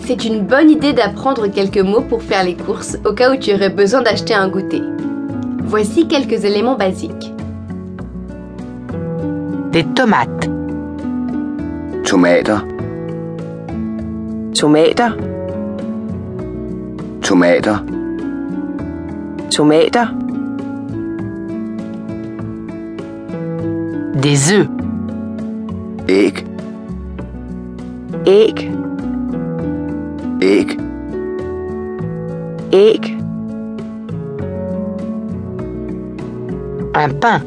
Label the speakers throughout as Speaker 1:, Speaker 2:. Speaker 1: C'est une bonne idée d'apprendre quelques mots pour faire les courses au cas où tu aurais besoin d'acheter un goûter. Voici quelques éléments basiques.
Speaker 2: Des tomates,
Speaker 3: tomater,
Speaker 4: tomater,
Speaker 3: tomater,
Speaker 4: tomater,
Speaker 2: des œufs,
Speaker 3: æg,
Speaker 4: æg,
Speaker 3: æg,
Speaker 4: æg,
Speaker 2: un pain,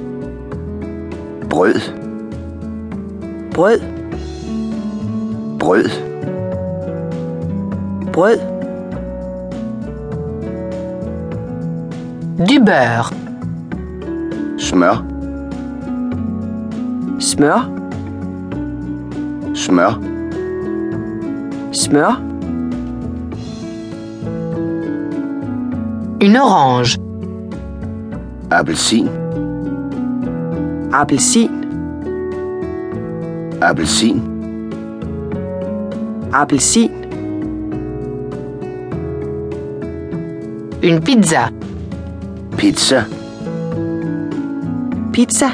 Speaker 3: brød,
Speaker 4: brød,
Speaker 3: brød,
Speaker 4: brød,
Speaker 2: du beurre,
Speaker 3: smør,
Speaker 4: smør,
Speaker 3: smør,
Speaker 4: smør,
Speaker 2: une orange,
Speaker 3: appelsin,
Speaker 4: appelsin,
Speaker 3: appelsin,
Speaker 4: appelsin,
Speaker 2: une pizza,
Speaker 3: pizza,
Speaker 4: pizza,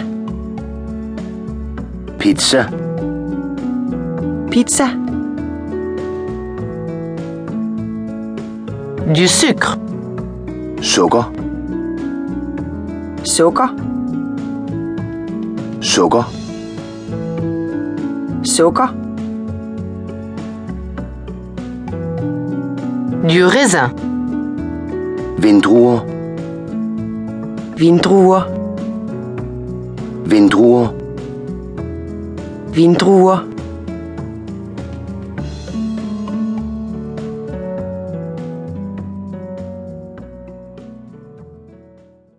Speaker 3: pizza,
Speaker 4: pizza,
Speaker 2: du sucre,
Speaker 3: sukker,
Speaker 4: sukker,
Speaker 3: sukker,
Speaker 4: sukker,
Speaker 2: du raisin,
Speaker 3: vindruer,
Speaker 4: vindruer,
Speaker 3: vindruer,
Speaker 4: vindruer,